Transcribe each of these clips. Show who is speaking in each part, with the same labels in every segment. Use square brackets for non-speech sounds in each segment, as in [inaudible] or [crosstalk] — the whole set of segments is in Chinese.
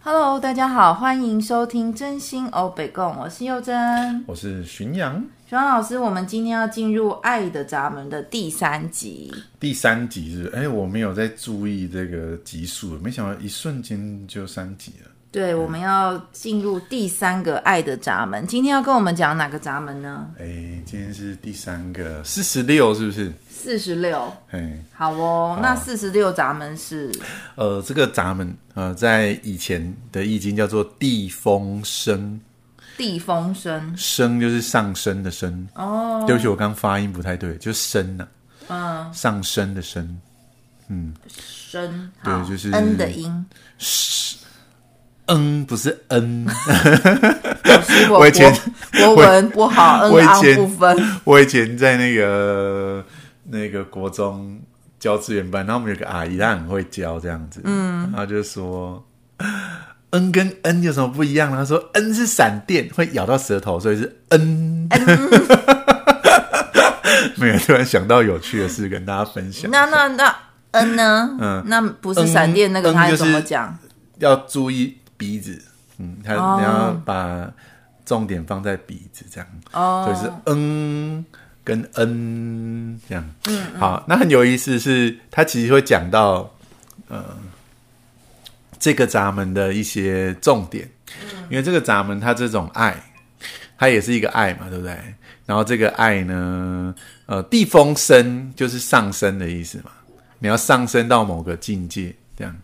Speaker 1: Hello，大家好，欢迎收听真心欧北共，我是佑珍。
Speaker 2: 我是巡洋，
Speaker 1: 徐安老师，我们今天要进入《爱的闸门》的第三集，
Speaker 2: 第三集是不是哎、我没有在注意这个集数，没想到一瞬间就三集了。
Speaker 1: 对，我们要进入第三个《爱的闸门》。今天要跟我们讲哪个闸门呢？
Speaker 2: 哎、今天是第三个四十六是不是？
Speaker 1: 四十六。
Speaker 2: 哎、
Speaker 1: 好哦，那四十六闸门是
Speaker 2: 呃，这个闸门呃，在以前的易经叫做地风升，
Speaker 1: 地风生
Speaker 2: 升就是上升的升。
Speaker 1: 哦，
Speaker 2: 对不起，我刚发音不太对，就升呐、嗯，上升的升，
Speaker 1: 生，
Speaker 2: 对
Speaker 1: 好
Speaker 2: 就是
Speaker 1: n 的音。
Speaker 2: 嗯，不是嗯。
Speaker 1: 是我
Speaker 2: [laughs] 我以前
Speaker 1: 国国文不好，
Speaker 2: 我
Speaker 1: 嗯
Speaker 2: 以
Speaker 1: 昂
Speaker 2: 前
Speaker 1: 不分。
Speaker 2: [laughs] 我以前在那个那个国中教资源班，然后我们有个阿姨，她很会教这样子，嗯，她就说。N 跟 N 有什么不一样呢？她说 N 是闪电，会咬到舌头，所以是 N。没有，突然想到有趣的事跟大家分享。
Speaker 1: 那那那 n 呢？嗯，那不是闪电那个，
Speaker 2: 嗯
Speaker 1: 它
Speaker 2: 就是
Speaker 1: 怎么讲？
Speaker 2: 要注意鼻子，嗯，他、
Speaker 1: 哦
Speaker 2: 你要把重点放在鼻子这样，
Speaker 1: 哦
Speaker 2: 所以是嗯跟嗯这样，嗯好，那很有意思是，他其实会讲到呃这个闸门的一些重点，因为这个闸门它这种爱，它也是一个爱嘛，对不对？然后这个爱呢，呃，地风升就是上升的意思嘛，你要上升到某个境界，这样。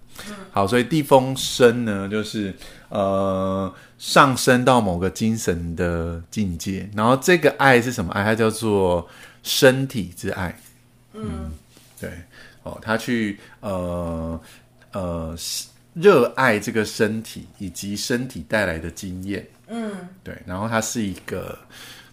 Speaker 2: 好，所以地风升呢，就是呃上升到某个精神的境界。然后这个爱是什么爱？它叫做身体之爱。嗯，对，哦，他去呃呃是热爱这个身体以及身体带来的经验。嗯，对，然后它是一个，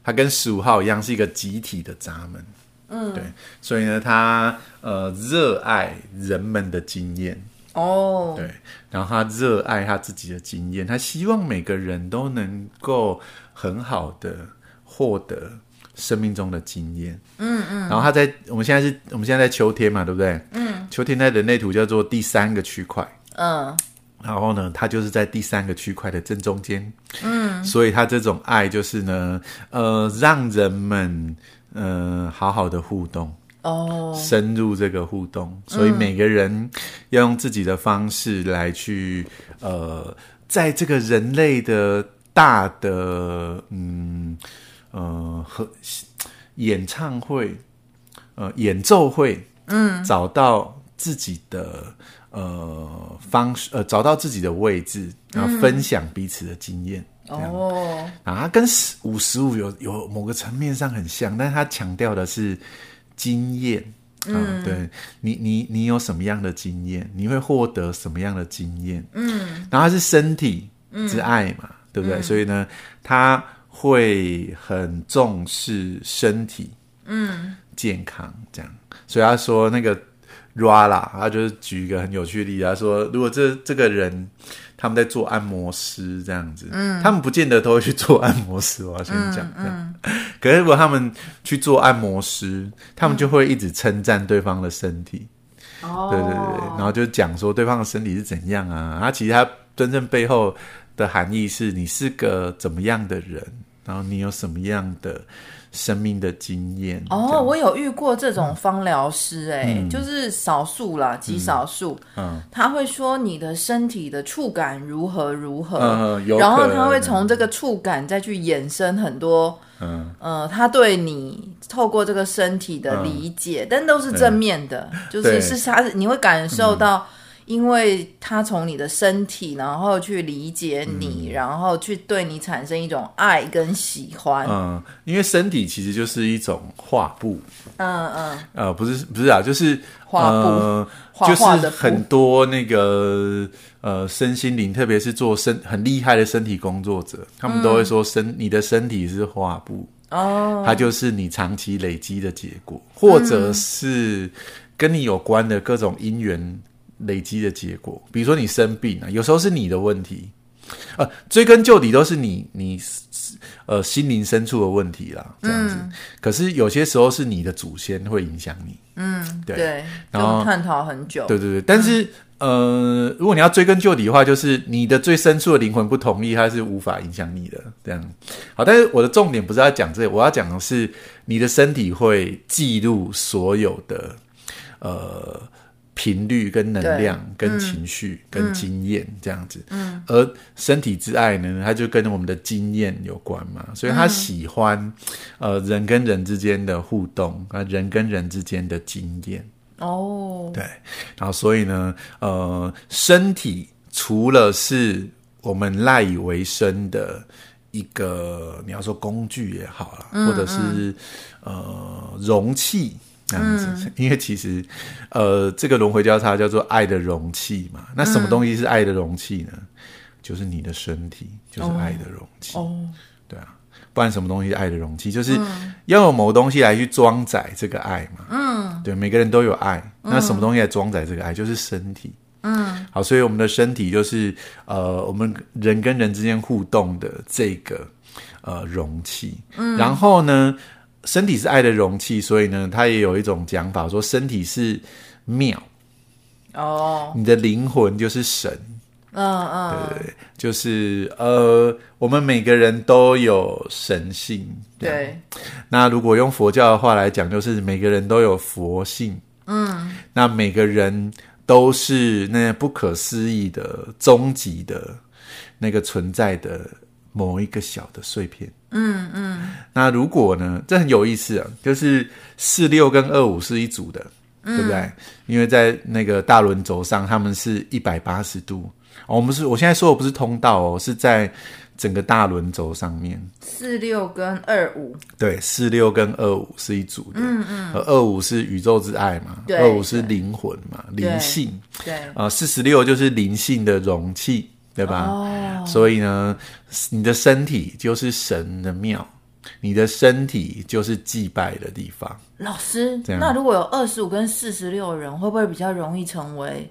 Speaker 2: 它跟十五号一样，是一个集体的闸门。嗯，对，所以呢，他呃热爱人们的经验，
Speaker 1: 哦，
Speaker 2: 对，然后他热爱他自己的经验，他希望每个人都能够很好的获得生命中的经验。嗯嗯。然后他在我们现在是我们现在在秋天嘛，对不对？嗯。秋天在人类图叫做第三个区块，
Speaker 1: 嗯，
Speaker 2: 然后呢，它就是在第三个区块的正中间。嗯。所以他这种爱就是呢，呃，让人们呃好好的互动。
Speaker 1: 哦，
Speaker 2: 深入这个互动，所以每个人要用自己的方式来去呃，在这个人类的大的嗯呃和演唱会呃演奏会，嗯，找到自己的呃方式呃找到自己的位置，然后分享彼此的经验。
Speaker 1: 哦，
Speaker 2: 啊，它跟五十五有有某个层面上很像，但是它强调的是经验。嗯，对你，你你有什么样的经验？你会获得什么样的经验？嗯，然后它是身体之爱嘛，对不对？所以呢，他会很重视身体，嗯，健康这样。所以他说那个 Rala，他就是举一个很有趣的例子，他说如果这这个人他们在做按摩师这样子，嗯，他们不见得都会去做按摩师，我要先
Speaker 1: 嗯
Speaker 2: 讲这样。 [laughs] 可是如果他们去做按摩师，他们就会一直称赞对方的身体，
Speaker 1: 哦，
Speaker 2: 对对对，然后就讲说对方的身体是怎样啊，他其实他真正背后的含义是你是个怎么样的人，然后你有什么样的生命的经验这
Speaker 1: 哦，
Speaker 2: 样嗯
Speaker 1: 我有遇过这种芳疗师、哎、就是少数啦，极少数、
Speaker 2: 嗯
Speaker 1: 他会说你的身体的触感如何如何，
Speaker 2: 嗯有
Speaker 1: 然后
Speaker 2: 可能
Speaker 1: 他会从这个触感再去衍生很多，
Speaker 2: 嗯
Speaker 1: 呃，他对你透过这个身体的理解，但都是正面的，就是
Speaker 2: 嗯对嗯
Speaker 1: 是他你会感受到。因为他从你的身体，然后去理解你，
Speaker 2: 嗯
Speaker 1: 然后去对你产生一种爱跟喜欢。
Speaker 2: 嗯，因为身体其实就是一种画布，
Speaker 1: 嗯嗯，
Speaker 2: 呃，不是不是啊，就是
Speaker 1: 画布
Speaker 2: 呃
Speaker 1: 画
Speaker 2: 就是
Speaker 1: 画的布
Speaker 2: 很多那个呃身心灵，特别是做身很厉害的身体工作者，他们
Speaker 1: 嗯
Speaker 2: 都会说身、你的身体是画布，
Speaker 1: 哦，
Speaker 2: 它就是你长期累积的结果，或者是跟你有关的各种因缘累积的结果。比如说你生病啊，有时候是你的问题，呃，追根究底都是你你呃心灵深处的问题啦，这样子。可是有些时候是你的祖先会影响你，
Speaker 1: 嗯，
Speaker 2: 对
Speaker 1: 对，
Speaker 2: 然后
Speaker 1: 就探讨很久。
Speaker 2: 对对对，但是、呃，如果你要追根究底的话，就是你的最深处的灵魂不同意，它是无法影响你的。这样好，但是我的重点不是要讲这个，我要讲的是你的身体会记录所有的呃频率、跟能量、跟情绪、跟经验这样子。嗯，而身体之爱呢，它就跟我们的经验有关嘛，所以他喜欢、呃人跟人之间的互动啊，人跟人之间的经验。
Speaker 1: 哦，
Speaker 2: 对，然后所以呢，呃，身体除了是我们赖以为生的一个，你要说工具也好啦，
Speaker 1: 嗯
Speaker 2: 或者是呃容器这样子，
Speaker 1: 嗯
Speaker 2: 因为其实呃这个轮回交叉叫做爱的容器嘛，那
Speaker 1: 嗯
Speaker 2: 什么东西是爱的容器呢？就是你的身体，就是爱的容器。
Speaker 1: 哦，嗯
Speaker 2: 对啊，不然什么东西是爱的容器？就是要有某东西来去装载这个爱嘛。嗯，对，每个人都有爱，那什么东西来装载这个爱？就是身体。嗯，好，所以我们的身体就是呃，我们人跟人之间互动的这个呃容器。嗯，然后呢，身体是爱的容器，所以呢，它也有一种讲法说，身体是庙，
Speaker 1: 哦，
Speaker 2: 你的灵魂就是神。
Speaker 1: 嗯嗯，
Speaker 2: 对，就是呃，我们每个人都有神性。这样，
Speaker 1: 对，
Speaker 2: 那如果用佛教的话来讲，就是每个人都有佛性。嗯，那每个人都是那不可思议的、终极的那个存在的某一个小的碎片。
Speaker 1: 嗯嗯，
Speaker 2: 那如果呢，这很有意思啊，就是四六跟二五是一组的，对不对？因为在那个大轮轴上，他们是一百八十度。哦，我们是我现在说的不是通道哦，是在整个大轮轴上面。
Speaker 1: 四六跟二五，
Speaker 2: 对，四六跟二五是一组的，嗯嗯，二五是宇宙之爱嘛，
Speaker 1: 对
Speaker 2: 二五是灵魂嘛，
Speaker 1: 对
Speaker 2: 灵性，
Speaker 1: 对，
Speaker 2: 啊，四十六就是灵性的容器，对吧？
Speaker 1: 哦
Speaker 2: 所以呢，你的身体就是神的庙，你的身体就是祭拜的地方。
Speaker 1: 老师，
Speaker 2: 样
Speaker 1: 那如果有二十五跟四十六人，会不会比较容易成为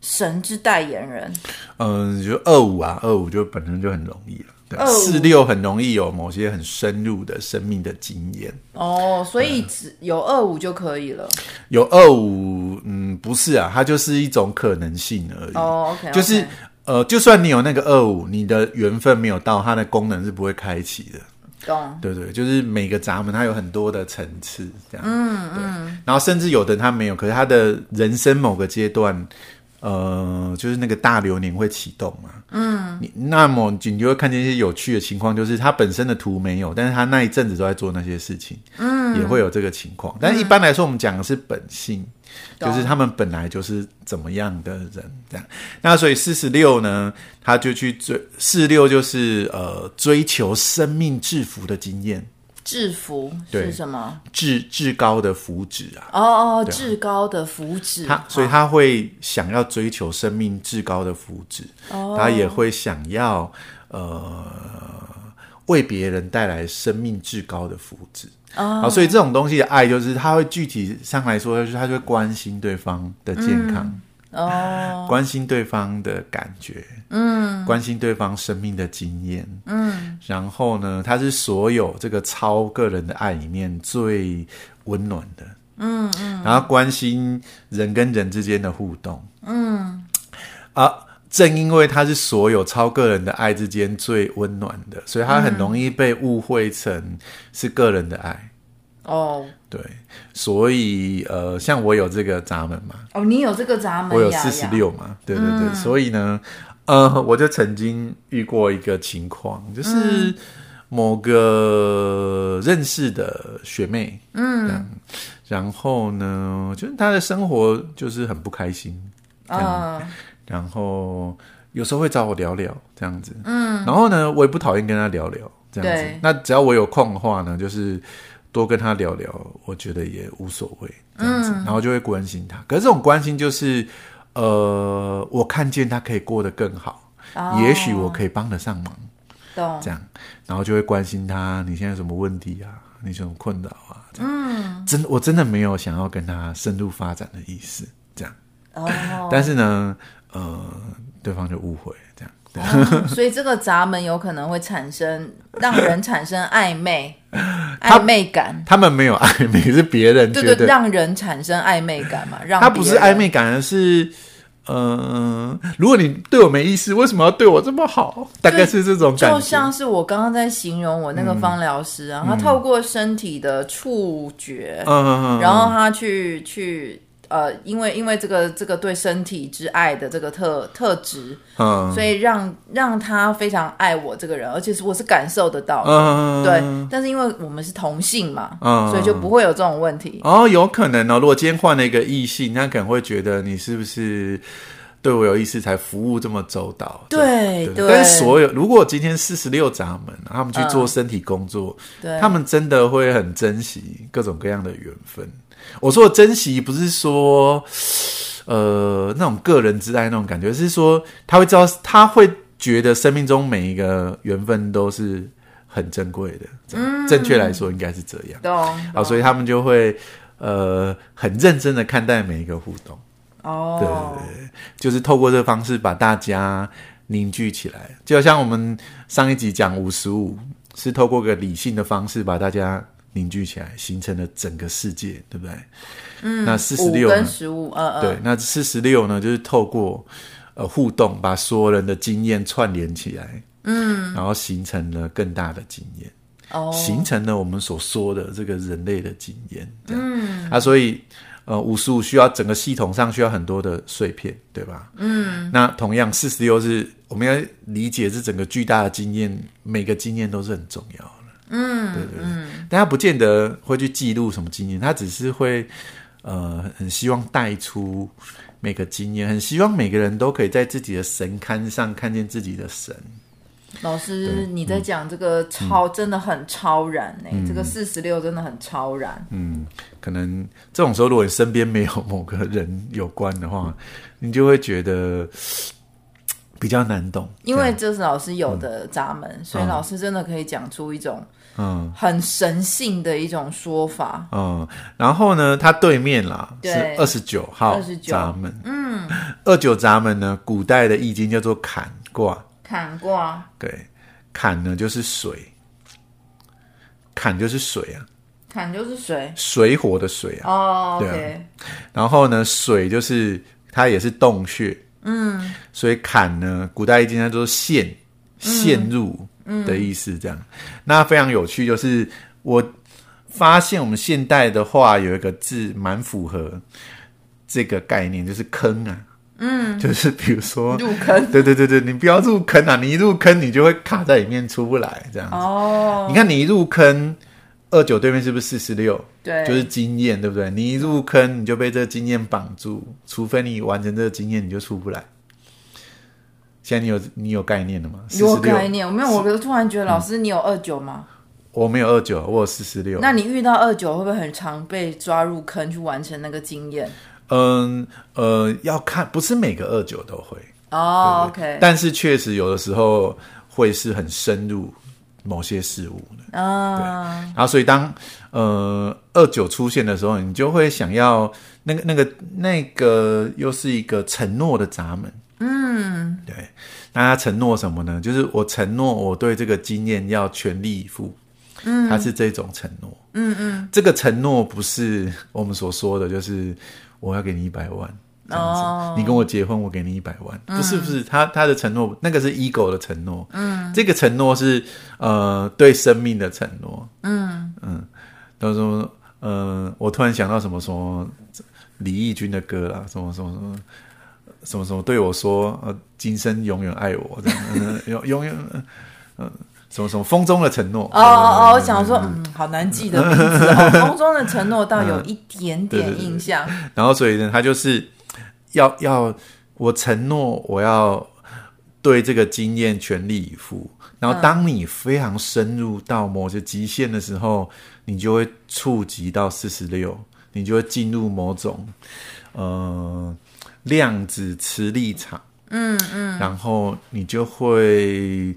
Speaker 1: 神之代言人？
Speaker 2: 嗯，就二五啊，二五就本身就很容易了。对吧，
Speaker 1: 25
Speaker 2: 四六很容易有某些很深入的生命的经验。
Speaker 1: 哦，所以只有二五就可以了。
Speaker 2: 有二五，嗯，不是啊，它就是一种可能性而已。
Speaker 1: 哦，OK，
Speaker 2: 嗯就是呃，就算你有那个二五，你的缘分没有到，它的功能是不会开启的。
Speaker 1: 懂，
Speaker 2: 对对，就是每个闸门它有很多的层次，这样。嗯嗯。然后甚至有的他没有，可是他的人生某个阶段，呃，就是那个大流年会启动嘛。嗯。你那么你就会看见一些有趣的情况，就是他本身的图没有，但是他那一阵子都在做那些事情。嗯。也会有这个情况，但一般来说，我们讲的是本性。
Speaker 1: 懂
Speaker 2: 就是他们本来就是怎么样的人，这样。那所以四十六呢，他就去追四六，就是呃追求生命制服的经验，
Speaker 1: 制服
Speaker 2: 对
Speaker 1: 是什么？
Speaker 2: 至至高的福祉啊。
Speaker 1: 哦哦，至高的福祉。
Speaker 2: 他所以他会想要追求生命至高的福祉，他也会想要呃为别人带来生命至高的福祉。啊、所以这种东西的爱，就是他会具体上来说，就是他就会关心对方的健康。嗯
Speaker 1: 哦，
Speaker 2: 关心对方的感觉，嗯，关心对方生命的经验，嗯，然后呢，它是所有这个超个人的爱里面最温暖的，嗯嗯，然后关心人跟人之间的互动，嗯，啊，正因为它是所有超个人的爱之间最温暖的，所以它很容易被误会成是个人的爱，
Speaker 1: 哦
Speaker 2: 对，所以呃，像我有这个闸门嘛，
Speaker 1: 哦，你有这个闸门
Speaker 2: 我有
Speaker 1: 呀
Speaker 2: 四十
Speaker 1: 呀
Speaker 2: 六嘛，对对对，所以呢，呃，我就曾经遇过一个情况，就是某个认识的学妹，嗯，然后呢，就是她的生活就是很不开心，
Speaker 1: 嗯，
Speaker 2: 然后有时候会找我聊聊这样子，嗯，然后呢，我也不讨厌跟她聊聊这样子
Speaker 1: 对，
Speaker 2: 那只要我有空的话呢，就是多跟她聊聊，我觉得也无所谓这样
Speaker 1: 嗯
Speaker 2: 子，然后就会关心她。可是这种关心就是，呃，我看见她可以过得更好，
Speaker 1: 哦
Speaker 2: 也许我可以帮得上忙，
Speaker 1: 懂
Speaker 2: 这样，然后就会关心她，你现在有什么问题啊？你有什么困扰啊？这样，嗯，真我真的没有想要跟她深入发展的意思，这样。
Speaker 1: 哦，
Speaker 2: [laughs] 但是呢，呃，对方就误会这样。
Speaker 1: [laughs]
Speaker 2: 对，
Speaker 1: 所以这个闸门有可能会产生让人产生暧昧暧昧感，
Speaker 2: [laughs] 他们没有暧昧，是别人觉
Speaker 1: 对对，
Speaker 2: 得
Speaker 1: 让人产生暧昧感嘛，让
Speaker 2: 他不是
Speaker 1: 别人
Speaker 2: 暧昧感，而是嗯、如果你对我没意思，为什么要对我这么好？大概是这种感觉。
Speaker 1: 就
Speaker 2: 嗯
Speaker 1: 像是我刚刚在形容我那个芳疗师啊，他透过身体的触觉，
Speaker 2: 嗯嗯嗯，
Speaker 1: 然后他去去呃，因为因为这个这个对身体之爱的这个特特质，
Speaker 2: 嗯
Speaker 1: 所以让让他非常爱我这个人，而且是我是感受得到的。
Speaker 2: 嗯，
Speaker 1: 对，但是因为我们是同性嘛，
Speaker 2: 嗯
Speaker 1: 所以就不会有这种问题。
Speaker 2: 哦，有可能哦。如果今天换了一个异性，他可能会觉得你是不是对我有意思才服务这么周到？
Speaker 1: 对
Speaker 2: 对
Speaker 1: 对，
Speaker 2: 但是所有如果今天四十六闸门，他们去做身体工作，
Speaker 1: 嗯对
Speaker 2: 他们真的会很珍惜各种各样的缘分。我说的珍惜不是说，呃，那种个人之爱那种感觉，是说他会知道，他会觉得生命中每一个缘分都是很珍贵的。嗯，正确来说应该是这样。
Speaker 1: 懂
Speaker 2: 啊，所以他们就会呃很认真的看待每一个互动，
Speaker 1: 哦，
Speaker 2: 就是透过这个方式把大家凝聚起来。就像我们上一集讲五十五，是透过个理性的方式把大家凝聚起来，形成了整个世界，对不对？嗯，那四十
Speaker 1: 五
Speaker 2: 六
Speaker 1: 跟
Speaker 2: 呢？
Speaker 1: 十五，嗯嗯，
Speaker 2: 对，那四十六呢，就是透过呃互动，把所有人的经验串联起来，嗯，然后形成了更大的经验。
Speaker 1: 哦，
Speaker 2: 形成了我们所说的这个人类的经验，这样、啊，所以呃，五十五需要整个系统上需要很多的碎片，对吧？嗯，那同样四十六是我们要理解这整个巨大的经验，每个经验都是很重要的，嗯，对对对，但他不见得会去记录什么经验，他只是会呃，很希望带出每个经验，很希望每个人都可以在自己的神龛上看见自己的神，
Speaker 1: 老师，
Speaker 2: 嗯
Speaker 1: 你在讲这个超、真的很超然呢、这个四十六真的很超然。
Speaker 2: 嗯，可能这种时候，如果你身边没有某个人有关的话，你就会觉得嘖比较难懂。
Speaker 1: 因为这是老师有的闸门，所以老师真的可以讲出一种
Speaker 2: 嗯
Speaker 1: 很神性的一种说法。
Speaker 2: 嗯，然后呢，它对面啦是
Speaker 1: 对
Speaker 2: 二十九号
Speaker 1: 29
Speaker 2: 闸门。嗯，二九闸门呢，古代的易经叫做坎卦，
Speaker 1: 砍卦，
Speaker 2: 对，坎呢就是水，坎就是水啊，
Speaker 1: 砍就是水。
Speaker 2: 水火的水啊。
Speaker 1: 哦、o
Speaker 2: 对啊
Speaker 1: k
Speaker 2: 然后呢，水就是它也是洞穴，嗯，所以坎呢，古代易经它都是陷陷入的意思，这样。那非常有趣，就是我发现我们现代的话有一个字蛮符合这个概念，就是坑啊，嗯，就是比如说，
Speaker 1: 入坑。
Speaker 2: 对对对对，你不要入坑啊，你一入坑你就会卡在里面出不来，这样。
Speaker 1: 哦、
Speaker 2: 你看你一入坑，二九对面是不是四十六？
Speaker 1: 对，
Speaker 2: 就是经验，对不对？你一入坑，你就被这个经验绑住，除非你完成这个经验，你就出不来。现在你有你有概念了吗？四
Speaker 1: 有
Speaker 2: 十
Speaker 1: 概
Speaker 2: 六，嗯
Speaker 1: 念。我没有，我突然觉得老师你有二九吗？
Speaker 2: 我没有二九，我有四十六。
Speaker 1: 那你遇到二九会不会很常被抓入坑去完成那个经验？
Speaker 2: 嗯呃，要看，不是每个二九都会，
Speaker 1: 哦、o k
Speaker 2: 但是确实有的时候会是很深入某些事物的。
Speaker 1: 啊，
Speaker 2: 然后，所以当呃二九出现的时候，你就会想要那个那个那个又是一个承诺的闸门。嗯，对。那他承诺什么呢？就是我承诺我对这个经验要全力以赴。嗯，他是这种承诺。嗯嗯，这个承诺不是我们所说的，就是我要给你一百万。这样子，
Speaker 1: 哦
Speaker 2: 你跟我结婚，我给你一百万，不是不是，他他的承诺，那个是 ego 的承诺，嗯，这个承诺是呃对生命的承诺，嗯他说：“呃，我突然想到什么什么李翊君的歌啦，什么什么什么什么什么对我说，呃，今生永远爱我，这样，呃永永远，呃，什么什么风中的承诺。
Speaker 1: 哦哦，哦，我想说，嗯，好难记的名字
Speaker 2: [laughs]
Speaker 1: 哦。风中的承诺倒有一点点印象，
Speaker 2: 然后所以呢，他就是要要我承诺，我要对这个经验全力以赴。然后当你非常深入到某些极限的时候，你就会触及到四十六，你就会进入某种呃量子磁力场。嗯嗯，然后你就会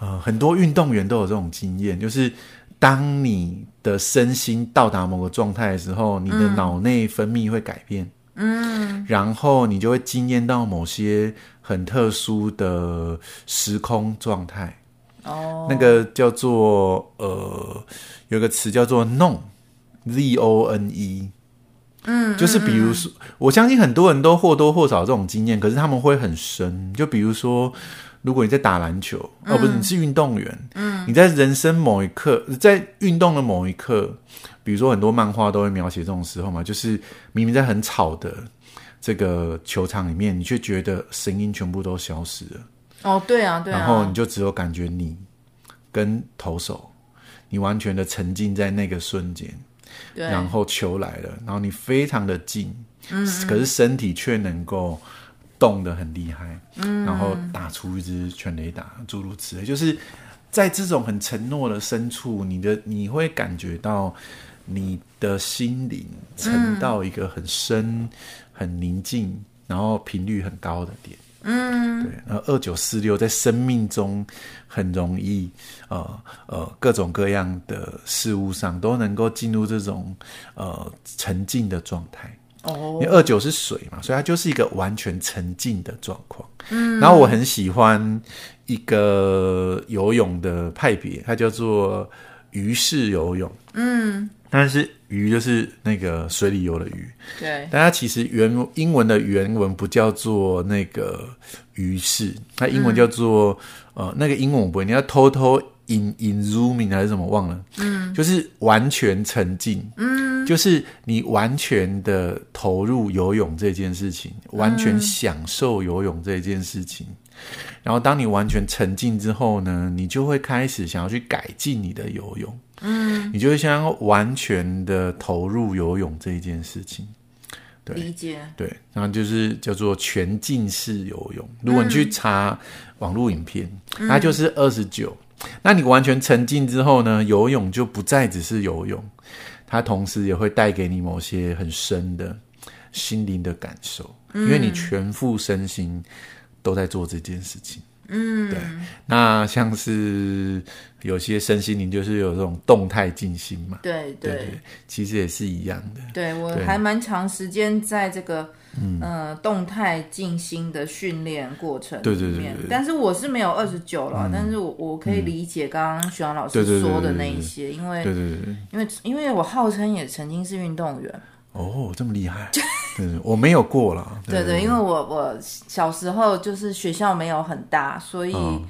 Speaker 2: 呃，很多运动员都有这种经验，就是当你的身心到达某个状态的时候，你的脑内分泌会改变，嗯，然后你就会经验到某些很特殊的时空状态，
Speaker 1: 哦，
Speaker 2: 那个叫做呃，有一个词叫做 “non”，z o n e，嗯，就是比如说，我相信很多人都或多或少这种经验，可是他们会很深。就比如说，如果你在打篮球，哦，不是，你是运动员，嗯，你在人生某一刻，在运动的某一刻，比如说很多漫画都会描写这种时候嘛，就是明明在很吵的这个球场里面，你却觉得声音全部都消失了。
Speaker 1: 哦，对啊，对啊。
Speaker 2: 然后你就只有感觉你跟投手，你完全的沉浸在那个瞬间，
Speaker 1: 对嗯
Speaker 2: 然后球来了，然后你非常的近，可是身体却能够动得很厉害，
Speaker 1: 嗯
Speaker 2: 然后打出一支全垒打，诸如此类，就是在这种很承诺的深处，你的你会感觉到你的心灵沉
Speaker 1: 嗯
Speaker 2: 到一个很深、很宁静，然后频率很高的点。对，然后呃二九四六在生命中很容易，呃呃，各种各样的事物上都能够进入这种呃沉静的状态。
Speaker 1: 哦
Speaker 2: 因为二九是水嘛，所以它就是一个完全沉静的状况。嗯，然后我很喜欢一个游泳的派别，它叫做鱼式游泳。嗯，但是鱼就是那个水里游的鱼，
Speaker 1: 对，
Speaker 2: 但它其实原英文的原文不叫做那个鱼式，它英文叫做、呃那个英文我不会，你要偷偷 in in zooming 还是什么忘了，嗯，就是完全沉浸，嗯，就是你完全的投入游泳这件事情，完全享受游泳这件事情。然后，当你完全沉浸之后呢，你就会开始想要去改进你的游泳，嗯，你就会想要完全的投入游泳这一件事情。对
Speaker 1: 理解。
Speaker 2: 对，然后就是叫做全浸式游泳。如果你去查网络影片，它就是二十九。那你完全沉浸之后呢，游泳就不再只是游泳，它同时也会带给你某些很深的心灵的感受，因为你全副身心都在做这件事情。嗯，对。那像是有些身心灵就是有这种动态静心嘛，
Speaker 1: 对对
Speaker 2: 对对，其实也是一样的。
Speaker 1: 对，我
Speaker 2: 对
Speaker 1: 还蛮长时间在这个嗯、呃动态静心的训练过程
Speaker 2: 对
Speaker 1: 里
Speaker 2: 对对
Speaker 1: 面
Speaker 2: 对对，嗯
Speaker 1: 但是我是没有二十九了，但是我我可以理解刚刚徐阳老
Speaker 2: 对对
Speaker 1: 师
Speaker 2: 对对
Speaker 1: 说的
Speaker 2: 对
Speaker 1: 那
Speaker 2: 对
Speaker 1: 一些，因为
Speaker 2: 对对对对。
Speaker 1: 因为因为我号称也曾经是运动员，
Speaker 2: 哦，这么厉害！对，我没有过啦。
Speaker 1: 对对，因为我我小时候就是学校没有很大，所以
Speaker 2: 嗯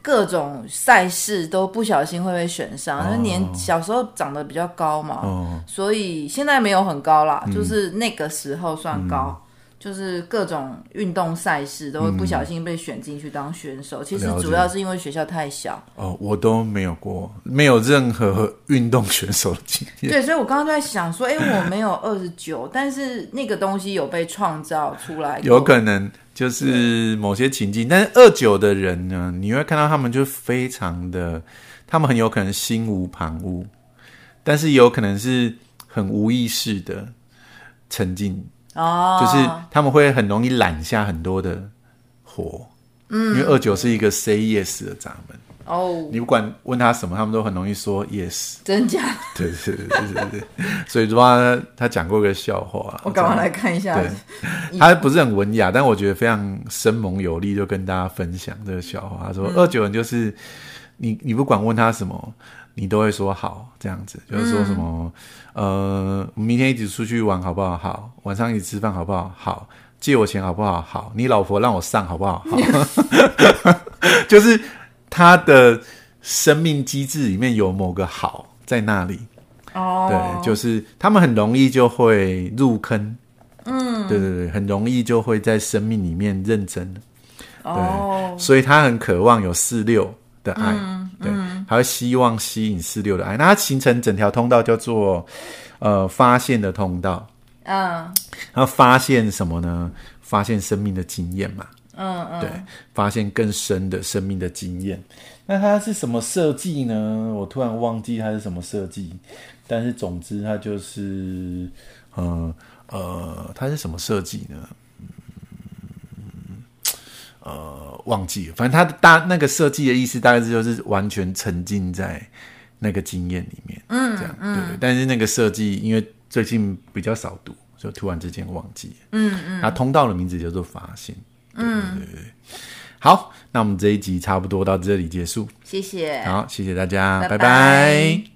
Speaker 1: 各种赛事都不小心会被选上，因为年小时候长得比较高嘛，
Speaker 2: 哦，嗯
Speaker 1: 所以现在没有很高啦，就是那个时候算高。就是各种运动赛事都会不小心被选进去当选手，其实
Speaker 2: 嗯了解
Speaker 1: 主要是因为学校太
Speaker 2: [laughs]
Speaker 1: 小。
Speaker 2: 哦，我都没有过，没有任何运动选手的经验。
Speaker 1: 对，所以我刚刚就在想说，哎、我没有二十九，但是那个东西有被创造出来过，
Speaker 2: 有可能就是某些情境，但是二九的人呢，你会看到他们就非常的，他们很有可能心无旁骛，但是有可能是很无意识的沉浸，
Speaker 1: 哦，
Speaker 2: 就是他们会很容易揽下很多的活。嗯，因为二九是一个 say yes 的闸门，
Speaker 1: 哦，
Speaker 2: 你不管问他什么，他们都很容易说 yes。
Speaker 1: 真假？
Speaker 2: 对对对对 [laughs] 对，对，所以的话，他讲过一个笑话，
Speaker 1: 我赶快来看一下。
Speaker 2: 对他不是很文雅，但我觉得非常生猛有力，就跟大家分享这个笑话。他
Speaker 1: 嗯
Speaker 2: 说，二九人就是你，你不管问他什么，你都会说好，这样子，就是说什么，
Speaker 1: 嗯
Speaker 2: 呃，我们明天一起出去玩好不好？好，晚上一起吃饭好不好？好，借我钱好不好？好，你老婆让我上好不好？好， [laughs] 就是他的生命机制里面有某个好在那里。
Speaker 1: 哦
Speaker 2: 对，，就是他们很容易就会入坑，嗯，对对对，很容易就会在生命里面认真，
Speaker 1: 哦，嗯
Speaker 2: 所以他很渴望有四六的爱，对，他会希望吸引四六的爱，那他形成整条通道叫做呃发现的通道，
Speaker 1: 嗯，
Speaker 2: 然后发现什么呢？发现生命的经验嘛，嗯嗯，对，发现更深的生命的经验。那它是什么设计呢？我突然忘记它是什么设计，但是总之它就是，呃呃，它是什么设计呢？嗯呃，忘记了，反正它的大那个设计的意思大概是就是完全沉浸在那个经验里面，嗯，这样对对。但是那个设计，因为最近比较少读，所以突然之间忘记了，嗯嗯。它通道的名字叫做发现，嗯对对对。好，那我们这一集差不多到这里结束，
Speaker 1: 谢谢，
Speaker 2: 好，谢谢大家，
Speaker 1: 拜
Speaker 2: 拜拜